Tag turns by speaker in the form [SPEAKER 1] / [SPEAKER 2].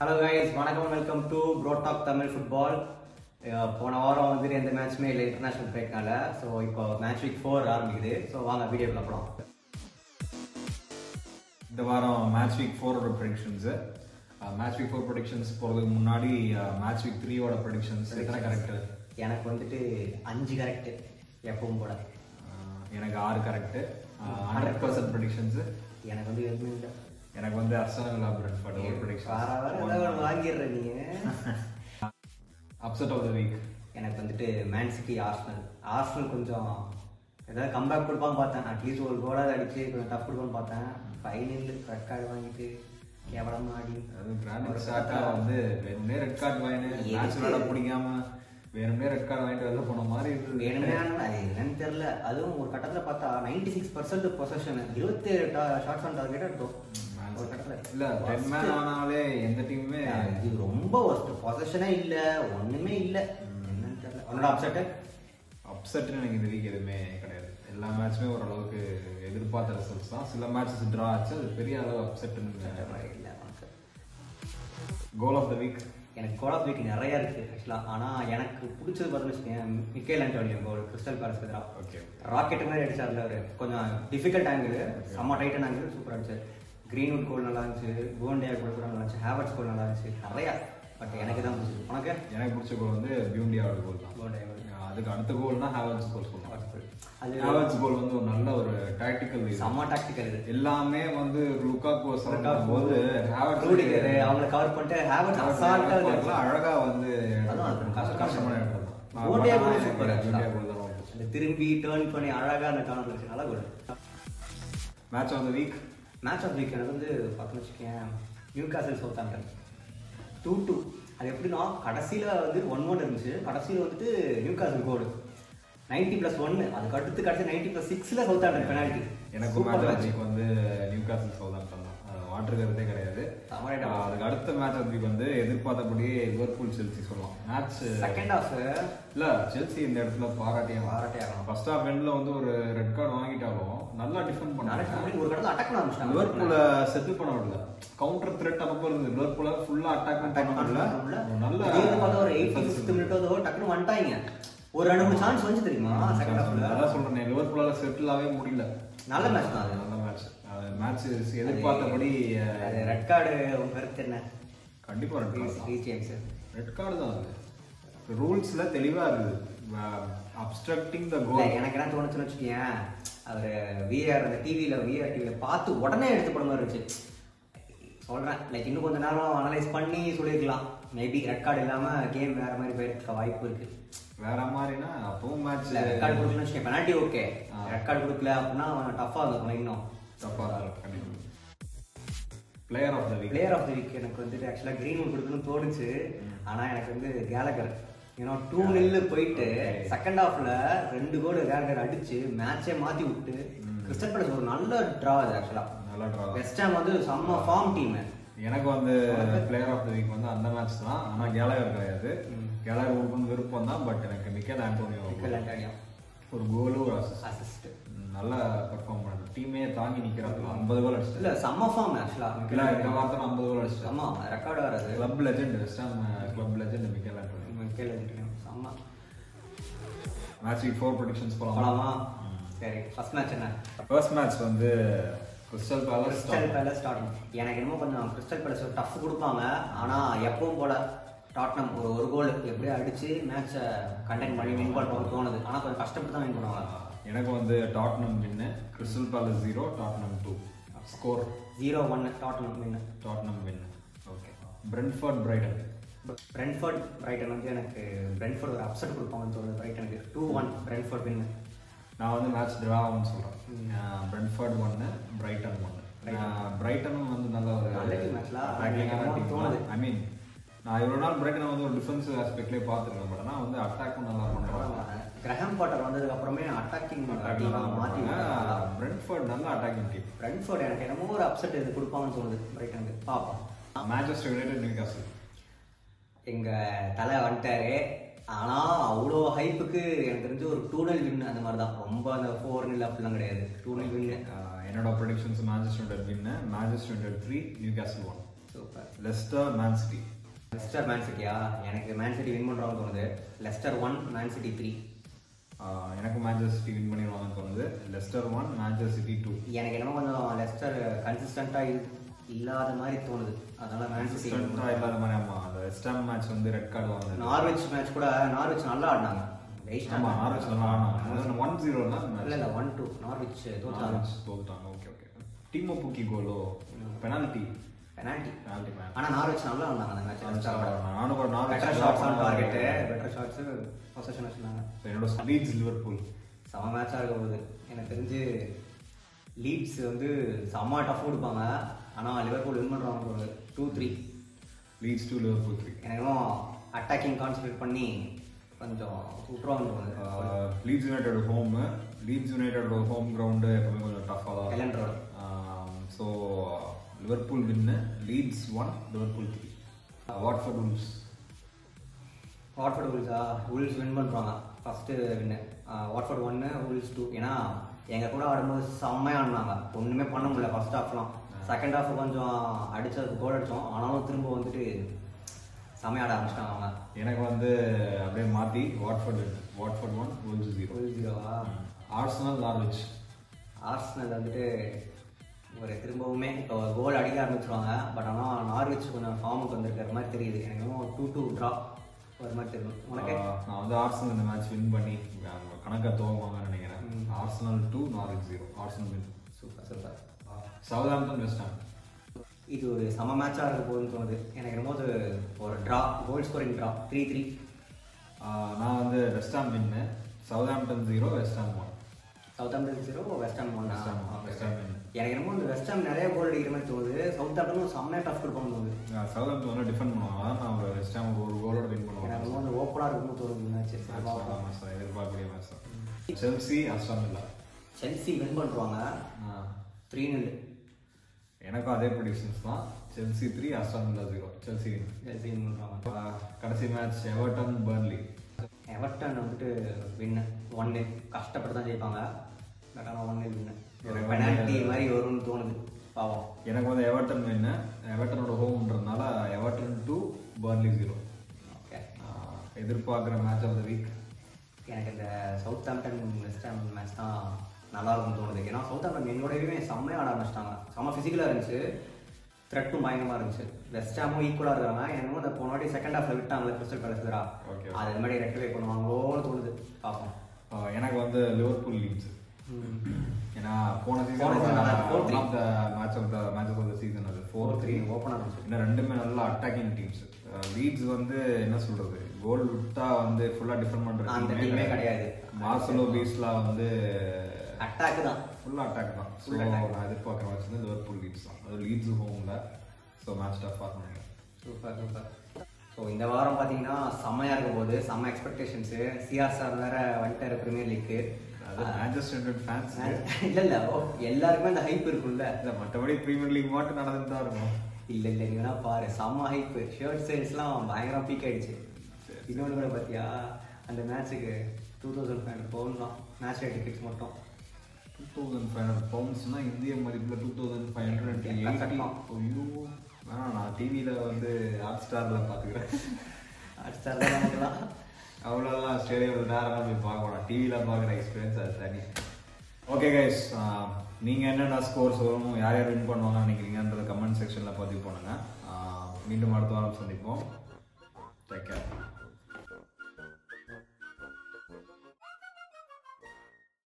[SPEAKER 1] Hello guys வணக்கம் welcome to ப்ரோடாக் Tamil football போன வாரம் வந்துட்டு எந்த மேட்ச்சுமே இல்லை இன்டர்நேஷனல் பிரேக்னால ஸோ இப்போ மேட்ச் வீக் ஃபோர் ஆரம்பிக்குது ஸோ வாங்க வீடியோக்குள்ள போகலாம்
[SPEAKER 2] இந்த வாரம் மேட்ச் வீக் ஃபோரோட predictions match week four predictions போகிறதுக்கு முன்னாடி மேட்ச் வீக் த்ரீயோட ப்ரொடிக்ஷன்ஸ் எத்தனை கரெக்டு
[SPEAKER 1] எனக்கு வந்துட்டு அஞ்சு கரெக்ட் எப்பவும் போல
[SPEAKER 2] எனக்கு ஆறு கரெக்டு ஹண்ட்ரட் பர்சன்ட் ப்ரொடிக்ஷன்ஸு
[SPEAKER 1] எனக்கு வந்து எதுவுமே இல்லை
[SPEAKER 2] எனக்கு வந்து அர்சனல் பிரெட்ஃபர்ட் ஒரு
[SPEAKER 1] வார வாரம் ஏதாவது ஒன்று
[SPEAKER 2] ப்ரொடிக்ஷன்
[SPEAKER 1] வாங்கிடுற நீங்க
[SPEAKER 2] அப்செட் ஆஃப் த வீக்
[SPEAKER 1] எனக்கு வந்துட்டு மேன்சிட்டி ஆர்ஸ்னல் ஆர்ஸ்னல் கொஞ்சம் ஏதாவது கம்பேக் கொடுப்பான்னு பார்த்தேன் அட்லீஸ்ட் ஒரு கோலாவது அடிச்சு கொஞ்சம் டஃப் கொடுப்பான்னு பார்த்தேன் ஃபைனல் ரெட் கார்டு வாங்கிட்டு கேவலமாக ஆடி
[SPEAKER 2] அது கிராண்ட் ஸ்டாக்கா வந்து வேணும்னே ரெட் கார்டு வாங்கினேன் மேட்ச் விளாட பிடிக்காம வேணும்னே ரெட் கார்டு வாங்கிட்டு வெளில போன மாதிரி இருந்தது
[SPEAKER 1] வேணும்னே ஆனா அது என்னன்னு தெரியல அதுவும் ஒரு கட்டத்துல பார்த்தா நைன்டி சிக்ஸ் பர்சன்ட் பொசஷன் இருபத்தேழு ஷார்ட்ஸ் ஆன் டார்கெட் எடுத்தோம் ஒரு கட்டத்துல
[SPEAKER 2] இல்லை டென் மேன் ஆனாலே எந்த டீமுமே
[SPEAKER 1] இது ரொம்ப ஒஸ்ட் பொசஷனே இல்ல ஒண்ணுமே இல்ல என்னன்னு தெரியல உன்னோட அப்செட்
[SPEAKER 2] அப்செட்னு எனக்கு இந்த வீக் எதுவுமே கிடையாது எல்லா மேட்ச்சுமே ஓரளவுக்கு எதிர்பார்த்த ரிசல்ட்ஸ் தான் சில மேட்சஸ் ட்ரா ஆச்சு அது பெரிய அளவு அப்செட்னு
[SPEAKER 1] இல்ல உனக்கு.
[SPEAKER 2] கோல் ஆஃப் த வீக்
[SPEAKER 1] எனக்கு கோல் ஆஃப் வீக் நிறைய இருக்கு ஆக்சுவலா ஆனா எனக்கு பிடிச்சது பார்த்தோம்னு வச்சுக்கேன் Michail Antonio goal Crystal Palace எதிராக
[SPEAKER 2] ஓகே
[SPEAKER 1] ராக்கெட் மாதிரி அடிச்சார்ல அவரு கொஞ்சம் டிஃபிகல்ட் ஆங்கிள் செம்ம டைட்டன் ஆங்கிள் சூப்பராக அடிச்சார் கிரீன்வுட் கோல் நல்லா இருந்துச்சு கோண்டே கோல் கூட நல்லா இருந்துச்சு ஹேவர்ட்ஸ் கோல் நல்லா இருந்துச்சு நிறையா பட் எனக்கு தான் பிடிச்சது உனக்கு
[SPEAKER 2] எனக்கு பிடிச்ச கோல் வந்து பியூண்டியாவோட கோல் தான்
[SPEAKER 1] கோண்டே
[SPEAKER 2] அதுக்கு அடுத்த கோல்னா ஹேவன்ஸ் கோல் சொல்லலாம்
[SPEAKER 1] கோல் அது
[SPEAKER 2] ஹேவன்ஸ் கோல் வந்து ஒரு நல்ல ஒரு டாக்டிக்கல் இது
[SPEAKER 1] செம்ம டாக்டிக்கல் இது
[SPEAKER 2] எல்லாமே வந்து லுக்காக்கு போது ஹேவன்ஸ்
[SPEAKER 1] ரூடிகர் அவங்களை கவர் பண்ணிட்டு ஹேவர்ட்ஸ் அசால்ட்டாக
[SPEAKER 2] கோல் அழகா வந்து
[SPEAKER 1] அதான் அது கஷ்டம்.
[SPEAKER 2] கஷ்டமான இடம் தான்.
[SPEAKER 1] Goondia goal
[SPEAKER 2] எனக்கு
[SPEAKER 1] super actually.
[SPEAKER 2] Goondia goal தான் ரொம்ப பிடிச்சது.
[SPEAKER 1] அந்த திரும்பி டேர்ன் பண்ணி அழகாக அந்த கார்னர் இருந்துச்சு நல்லா goal
[SPEAKER 2] match of the week
[SPEAKER 1] match of week எனக்கு வந்து பார்த்தோம்னு வச்சுக்கேன் Newcastle Southampton two two அது எப்படின்னா கடைசியில் வந்து ஒன் ஒன் இருந்துச்சு கடைசியில் வந்துட்டு Newcastle goal ninety plus ஒன்று அதுக்கு அடுத்து கடைசி நைன்டி ப்ளஸ் சிக்ஸில் சவுத் ஆண்டன் பெனால்ட்டி
[SPEAKER 2] எனக்கு மேட்ச் ஆஃப் வந்து நியூ காசல் சவுதாம்டன் தான் மாற்றுக்கிறதே கிடையாது
[SPEAKER 1] தமிழ்நாடு.
[SPEAKER 2] அஹ் அதுக்கு அடுத்த மேட்ச் ஆஃப் வந்து எதிர்பார்த்தபடியே லிவர்பூல் செல்சி சொல்லலாம் மேட்ச்
[SPEAKER 1] செகண்ட் ஹாஃப்
[SPEAKER 2] இல்ல செல்சி இந்த இடத்துல பாராட்டியா
[SPEAKER 1] பாராட்டியாகணும்.
[SPEAKER 2] ஃபர்ஸ்ட் ஹாஃப் எண்ட்ல வந்து ஒரு ரெட் கார்டு வாங்கிட்டாலும் நல்லா டிஃபெண்ட் பண்ணாங்க
[SPEAKER 1] ஒரு கடத்தில் அட்டாக் பண்ண ஆரம்பிச்சிட்டாங்க
[SPEAKER 2] லிவர்பூல செட்டில் பண்ண விடல கவுண்டர் த்ரெட் அப்பப்போ இருந்தது லிவர்பூல ஃபுல்லா அட்டாக் பண்ண விடல ஒரு நல்ல
[SPEAKER 1] திடீர்னு பார்த்தா ஒரு எயிட்டி ஃபிஃப்த் மினிட்டோ ஏதோ டக்குன்னு வந்துட்டாங்க ஒரு ரெண்டு மூணு சான்ஸ் வந்து தெரியுமா செகண்ட் ஹாஃப்ல
[SPEAKER 2] அதான் சொல்றேன் லிவர்பூலால செட்டில் ஆகவே முடியல
[SPEAKER 1] நல்ல மேட்ச் தான் அது
[SPEAKER 2] நல்ல மேட்ச் மேட்ச் எதிர்பார்த்தபடி அஹ்,
[SPEAKER 1] அது ரெட் கார்டு உங்க கருத்து என்ன
[SPEAKER 2] கண்டிப்பா ரெட் கார்டு தான்
[SPEAKER 1] ஜேம்ஸ்
[SPEAKER 2] ரெட் கார்டு தான் அது ரூல்ஸ்ல தெளிவா இருக்குது அப்ஸ்ட்ரக்டிங் த
[SPEAKER 1] இல்ல,
[SPEAKER 2] கோல்
[SPEAKER 1] எனக்கு என்ன தோணுச்சுன்னு வச்சுக்கேன் அவர் விஆர் அந்த டிவியில் விஆர் டிவியில் பார்த்து உடனே எடுத்து போட மாதிரி இருந்துச்சு சொல்கிறேன் லைக் இன்னும் கொஞ்ச நேரம் அனலைஸ் பண்ணி சொல்லியிருக்கலாம் மேபி ரெட் கார்டு இல்லாமல் கேம் வேற மாதிரி போயிருக்க வாய்ப்பு இருக்கு
[SPEAKER 2] வேற மாதிரினா அப்பவும் மேட்ச்ல
[SPEAKER 1] இல்லை ரெட் கார்டு கொடுக்கலன்னு வச்சுக்கேன் பெனால்ட்டி ஓகே ரெட் கார்டு கொடுக்கல அப்படின்னா அவன் டஃப்பாக இருக்கும் இன்னும்
[SPEAKER 2] தப்பா தான் இருக்கும் கண்டிப்பா player of the week
[SPEAKER 1] player of the week எனக்கு வந்துட்டு ஆக்சுவலாக க்ரீன் கொடுக்கணும்னு தோணுச்சு ஆனால் எனக்கு வந்து கேலகர் ஏன்னா டூ நில்லு போயிட்டு செகண்ட் ஹாஃப்ல ரெண்டு கோல் கேலகர் அடிச்சு மேட்சே மாற்றி விட்டு கிறிஸ்டல் பேலஸ் ஒரு நல்ல ட்ரா அது ஆக்சுவலாக
[SPEAKER 2] நல்லா ட்ரா
[SPEAKER 1] வெஸ்ட் ஹாம் வந்து செம்ம ஃபார்ம் டீம்
[SPEAKER 2] எனக்கு வந்து பிளேயர் ஆஃப் த வீக் வந்து அந்த மேட்ச் தான் ஆனா கேலகர் கிடையாது கேலகர் உங்களுக்கு விருப்பம் தான் பட் எனக்கு மிக்கேல் ஆண்டோனியோ ஒரு கோலும் ஒரு assist.
[SPEAKER 1] அசிஸ்ட்
[SPEAKER 2] ம், நல்லா பெர்ஃபார்ம் பண்ணாரு டீமே தாங்கி நிக்கிறாங்க ஐம்பது கோல் அடிச்சிட்டாரு
[SPEAKER 1] இல்ல செம்ம ஃபார்ம் ஆக்சுவலாக
[SPEAKER 2] இல்லை இந்த வாரத்தில் ஐம்பது கோல் அடிச்சிட்டாரு
[SPEAKER 1] ஆமா ரெக்கார்டு வராது
[SPEAKER 2] club legend West club legend Michail Antonio
[SPEAKER 1] கேள்வி செம்ம
[SPEAKER 2] மேட்ச் வீக் ஃபோர் ப்ரொடிக்ஷன்ஸ் போகலாம்
[SPEAKER 1] போலாமா சரி ஃபர்ஸ்ட் மேட்ச் என்ன
[SPEAKER 2] ஃபர்ஸ்ட் மேட்ச் வந்து Crystal Palace
[SPEAKER 1] Crystal Palace Tottenham எனக்கு என்னமோ கொஞ்சம் கிறிஸ்டல் பேலஸ் டஃப் கொடுப்பாங்க ஆனா எப்பவும் போல டாட்னம் ஒரு ஒரு கோல் எப்படியோ அடிச்சு மேட்சை கண்டெக்ட் பண்ணி வின் பண்ணுறோம்னு தோணுது ஆனா கொஞ்சம் கஷ்டப்பட்டு தான் வின் பண்ணுவாங்க
[SPEAKER 2] எனக்கு வந்து Tottenham win Crystal Palace zero Tottenham two score
[SPEAKER 1] zero one Tottenham win
[SPEAKER 2] Tottenham win okay Brentford Brighton
[SPEAKER 1] Brentford Brighton வந்து எனக்கு பிரென்ஃபோர்ட் ஒரு அப்செட் கொடுப்பாங்கன்னு தோணுது பிரைட்டனுக்கு டூ ஒன் பிரென்ஃபோர்ட் வின்னு
[SPEAKER 2] நான் வந்து மேட்ச் ட்ராவுன்னு சொல்கிறேன் பிரென்ஃபர்ட் ஒன்று பிரைட்டன் ஒன்று பிரைட்டனும் வந்து நல்ல ஒரு
[SPEAKER 1] நல்ல team actually.
[SPEAKER 2] அட்டாக்கிங்கான
[SPEAKER 1] எனக்கு தோணுது.
[SPEAKER 2] டீம் ஐ மீன் நான் இவ்வளோ நாள் பிரைட்டன் வந்து ஒரு டிஃபென்சிவ் ஆஸ்பெக்ட்லேயே பார்த்துருக்கேன் பட் ஆனால் வந்து அட்டாக்கும் நல்லா பண்ணுறாங்க
[SPEAKER 1] கிரஹாம் பாட்டர் வந்ததுக்கு அப்புறமே அட்டாக்கிங் மாற்றி
[SPEAKER 2] பிரென்ஃபர்ட் நல்ல அட்டாக்கிங் டீம்
[SPEAKER 1] பிரென்ஃபோர்ட் எனக்கு என்னமோ ஒரு அப்செட் இது கொடுப்பாங்கன்னு தோணுது பிரைட்டனுக்கு பார்ப்போம்
[SPEAKER 2] மேன்செஸ்டர் யுனைடெட் நியூ காசல்
[SPEAKER 1] எங்க தலை வந்துட்டாரு ஆனா அவ்வளோ ஹைப்புக்கு எனக்கு தெரிஞ்சு ஒரு டூனல் வின் அந்த மாதிரி தான் ரொம்ப அந்த ஃபோர் நில் அப்படிலாம் கிடையாது டூனல் வின்
[SPEAKER 2] Uh, eh? என்னோட predictions Manchester United win Manchester United three Newcastle one
[SPEAKER 1] super
[SPEAKER 2] Leicester Man City
[SPEAKER 1] Leicester Man சிட்டியா எனக்கு மேன் சிட்டி வின் பண்ணுறான்னு தோணுது Leicester one Man City three
[SPEAKER 2] எனக்கு மேன்செஸ்டர் சிட்டி வின் பண்ணிடுவாங்கன்னு தோணுது Leicester one Manchester City two
[SPEAKER 1] எனக்கு என்னமோ கொஞ்சம் லெஸ்டர் கன்சிஸ்டண்ட்டாக இல்லாத மாதிரி தோணுது அதனால மேன் சிட்டி
[SPEAKER 2] இல்லாத மாதிரி ஆமா அந்த வெஸ்டாம் மேட்ச் வந்து ரெட் கார்டு வாங்கினது
[SPEAKER 1] நார்வெஜ் மேட்ச் கூட நார்வெச் நல்லா ஆடினாங்க ஜெயிச்சிட்டாங்க.
[SPEAKER 2] ஆமா நார்வெச் நல்லா ஆனாங்க ஒன் ஜீரோ தான் match.
[SPEAKER 1] இல்ல இல்ல ஒன் டூ நார்வெச் தோத்தாங்க
[SPEAKER 2] நார்வெச் தோத்துட்டாங்க ஓகே ஓகே டீமோ புக்கி கோலோ பெனால்டி
[SPEAKER 1] பெனால்டி
[SPEAKER 2] பெனால்டி மேட்ச்
[SPEAKER 1] ஆனா நார்வெச் நல்லா ஆடினாங்க அந்த மேட்ச்
[SPEAKER 2] நானும் ஒரு
[SPEAKER 1] better
[SPEAKER 2] Norwich
[SPEAKER 1] shots on target better shots possession வச்சிருந்தாங்க
[SPEAKER 2] என்னோட லீட்ஸ் லிவர்பூல்
[SPEAKER 1] செம மேட்சாக இருக்க போகுது எனக்கு தெரிஞ்சு லீட்ஸ் வந்து செம்ம டஃப் கொடுப்பாங்க ஆனால் லிவர்பூல் வின் பண்ணுறாங்க ஒரு two three
[SPEAKER 2] Leeds two Liverpool three
[SPEAKER 1] எனக்கும் அட்டாக்கிங் கான்சன்ட்ரேட் பண்ணி கொஞ்சம் விட்ருவாங்க தோணுது
[SPEAKER 2] லீட்ஸ் யுனைடோட ஹோம் லீட்ஸ் யுனைடோட ஹோம் கிரவுண்டு எப்பவுமே கொஞ்சம் டஃப்பாக தான்
[SPEAKER 1] கலண்டரோட
[SPEAKER 2] so Liverpool win Leeds one Liverpool three Watford Wolves
[SPEAKER 1] Watford உல்ஸா உல்ஸ் வின் பண்ணுறாங்க ஃபஸ்ட்டு வின்னு வாட்ஃபோர்ட் ஒன்று உல்ஸ் டூ ஏன்னா எங்கள் கூட ஆடும்போது செம்மையாக ஆடினாங்க ஒன்றுமே பண்ண முடியல ஃபர்ஸ்ட் ஹாஃப்லாம் செகண்ட் ஹாஃப் கொஞ்சம் அடிச்ச கோல் அடித்தோம் ஆனாலும் திரும்ப வந்துட்டு செம்மையாக ஆட ஆரம்பிச்சிட்டாங்க அவங்க
[SPEAKER 2] எனக்கு வந்து அப்படியே மாற்றி Watford Watford one Wolves zero
[SPEAKER 1] Wolves ஜீரோவா
[SPEAKER 2] ஆர்சனல் நார்விச்
[SPEAKER 1] ஆர்சனல் வந்துட்டு ஒரு திரும்பவுமே இப்போ கோல் அடிக்க ஆரம்பிச்சிருவாங்க பட் ஆனால் நார்விச் கொஞ்சம் ஃபார்முக்கு வந்திருக்கிற மாதிரி தெரியுது எனக்கு டூ டூ ட்ரா ஒரு மாதிரி தெரியும் உனக்கு
[SPEAKER 2] நான் வந்து ஆர்சனல் இந்த மேட்ச் வின் பண்ணி அவங்க கணக்கை தோங்குவாங்கன்னு நினைக்கிறேன் Arsenal two Norwich zero Arsenal win
[SPEAKER 1] super super
[SPEAKER 2] Southampton West Ham
[SPEAKER 1] இது ஒரு சம மேட்சாக இருக்க போகுதுன்னு தோணுது எனக்கு ரொம்ப அது ஒரு draw goal scoring draw three three
[SPEAKER 2] ஆஹ் நான் வந்து West Ham win Southampton zero West Ham one
[SPEAKER 1] Southampton zero West Ham one
[SPEAKER 2] West Ham, West Ham win.
[SPEAKER 1] எனக்கு என்னமோ இந்த வெஸ்ட் ஹாம் நிறைய கோல் அடிக்கிற மாதிரி தோணுது சவுத் ஆம்பிளும் செம்மையாக டஃப் கொடுப்பாங்க தோணுது
[SPEAKER 2] சவுதாம்டன் வந்து டிஃபெண்ட் பண்ணுவாங்க நான் ஒரு வெஸ்ட் ஹாம் ஒரு கோலோட வின்
[SPEAKER 1] எனக்கு
[SPEAKER 2] பண்ணுவாங்க
[SPEAKER 1] என்னமோ அந்த ஓப்பனாக இருக்கும்போது தோணுது மேட்ச்
[SPEAKER 2] ஆமா சார் எதிர்பார்க்கக்கூடிய மேட்ச் தான் செல்சி அஸ்டாம் இல்லை
[SPEAKER 1] செல்சி வின் பண்ணுவாங்க த்ரீ நில்
[SPEAKER 2] எனக்கும் அதே ப்ரொடிக்ஷன்ஸ் தான் செல்சி த்ரீ அஸ்டாம் இல்லை zero Chelsea win.
[SPEAKER 1] Chelsea win பண்ணுறாங்க
[SPEAKER 2] ஆஹ் கடைசி மேட்ச் எவர்டன் பர்ன்லி
[SPEAKER 1] எவர்டன் வந்துட்டு வின்னு ஒன் டே கஷ்டப்பட்டு தான் ஜெயிப்பாங்க பட் ஆனால் ஒன் டே வின்னு
[SPEAKER 2] எனக்கு
[SPEAKER 1] பெனால்ட்டி மாதிரி வரும்னு தோணுது பாவம்
[SPEAKER 2] எனக்கு வந்து எவர்டன் வேணு எவர்டனோட ஹோம்ன்றதுனால Everton two Burnley zero
[SPEAKER 1] okay
[SPEAKER 2] எதிர்பார்க்குற மேட்ச் ஆஃப் த வீக்
[SPEAKER 1] எனக்கு இந்த Southampton West Ham match தான் நல்லா இருக்கும்னு தோணுது ஏன்னா சவுத் ஆம்டன் என்னோடவே செம்மையாக ஆட ஆரம்பிச்சிட்டாங்க செம்ம ஃபிசிக்கலாக இருந்துச்சு த்ரெட்டும் பயங்கரமாக இருந்துச்சு வெஸ்ட் ஹாமும் ஈக்குவலாக இருக்காங்க எனக்கு அந்த போன வாட்டி செகண்ட் ஹாஃபில் விட்டாங்களே கிறிஸ்டல் பேலஸ்டரா
[SPEAKER 2] Okay.
[SPEAKER 1] அது மாதிரி ரெக்டிஃபை பண்ணுவாங்களோன்னு தோணுது பார்ப்போம்
[SPEAKER 2] எனக்கு வந்து லிவர்பூல் லீட்ஸ் ஏன்னா போன
[SPEAKER 1] போன season நல்லா four three.
[SPEAKER 2] Season the match of the match of the season அது ஃபோர் த்ரீ
[SPEAKER 1] ஓப்பனாக இருந்துச்சு
[SPEAKER 2] இன்னும் ரெண்டுமே நல்லா அட்டாக்கிங் டீம்ஸ் லீட்ஸ் வந்து என்ன சொல்றது கோல் விட்டா வந்து ஃபுல்லா டிஃபெண்ட் பண்ற
[SPEAKER 1] அந்த டீமே கிடையாது
[SPEAKER 2] மார்சலோ பீஸ்லா வந்து
[SPEAKER 1] அட்டாக்கு தான்
[SPEAKER 2] ஃபுல்லா அட்டாக் தான் ஸோ நான் எதிர்பார்க்குற மேட்ச் வந்து லிவர்பூல் லீட்ஸ் தான் அது லீட்ஸ் ஹோம்ல ஸோ மேட்ச் டஃப் ஆகும்
[SPEAKER 1] சூப்பர் சூப்பர் ஸோ இந்த வாரம் பார்த்தீங்கன்னா செம்மையாக இருக்க போகுது செம்ம எக்ஸ்பெக்டேஷன்ஸு சிஆர்ஆர் வேற வந்துட்டாரு பிரீமியர் லீக்கு
[SPEAKER 2] அது மேன்செஸ்டர் யுனைடெட் ஃபேன்ஸ்
[SPEAKER 1] இல்லை இல்லை ஓ எல்லாருக்குமே அந்த ஹைப் இருக்கும்ல
[SPEAKER 2] இல்ல மற்றபடி பிரீமியர் லீக் மட்டும் நடந்துட்டு தான் இருக்கும்
[SPEAKER 1] இல்லை இல்லை நீ வேணா பாரு செம்ம ஹைப்பு ஷர்ட் சேல்ஸ்லாம் பயங்கர பீக் ஆயிடுச்சு இன்னொன்று கூட பார்த்தியா அந்த மேட்ச்சுக்கு டூ தௌசண்ட் ஃபைவ் ஹண்ட்ரட் பவுண்ட்லாம் மேட்ச் ரேட் டிக்கெட்ஸ் மட்டும்
[SPEAKER 2] டூ தௌசண்ட் ஃபைவ் ஹண்ட்ரட் பவுண்ட்ஸ்னா இந்திய மதிப்பில் two thousand five hundred eighty
[SPEAKER 1] கஷ்டம்.
[SPEAKER 2] ஐயோ வேணாம் நான் டிவியில் வந்து ஹாட் ஸ்டாரில் பார்த்துக்கிறேன்
[SPEAKER 1] அடிச்சார் தான் நமக்குலாம்
[SPEAKER 2] அவ்வளோலாம் ஸ்டேடியம் நேரம் போய் பார்க்க வேணாம் டிவியில் பார்க்குற எக்ஸ்பீரியன்ஸ் அது தனி ஓகே கைஸ் நீங்கள் என்னென்ன ஸ்கோர்ஸ் வரும் யார் யார் வின் பண்ணுவாங்க நினைக்கிறீங்கன்றத கமெண்ட் செக்ஷனில் பதிவு பண்ணுங்கள் ஆஹ் மீண்டும் அடுத்த வாரம் சந்திப்போம் டேக் கேர்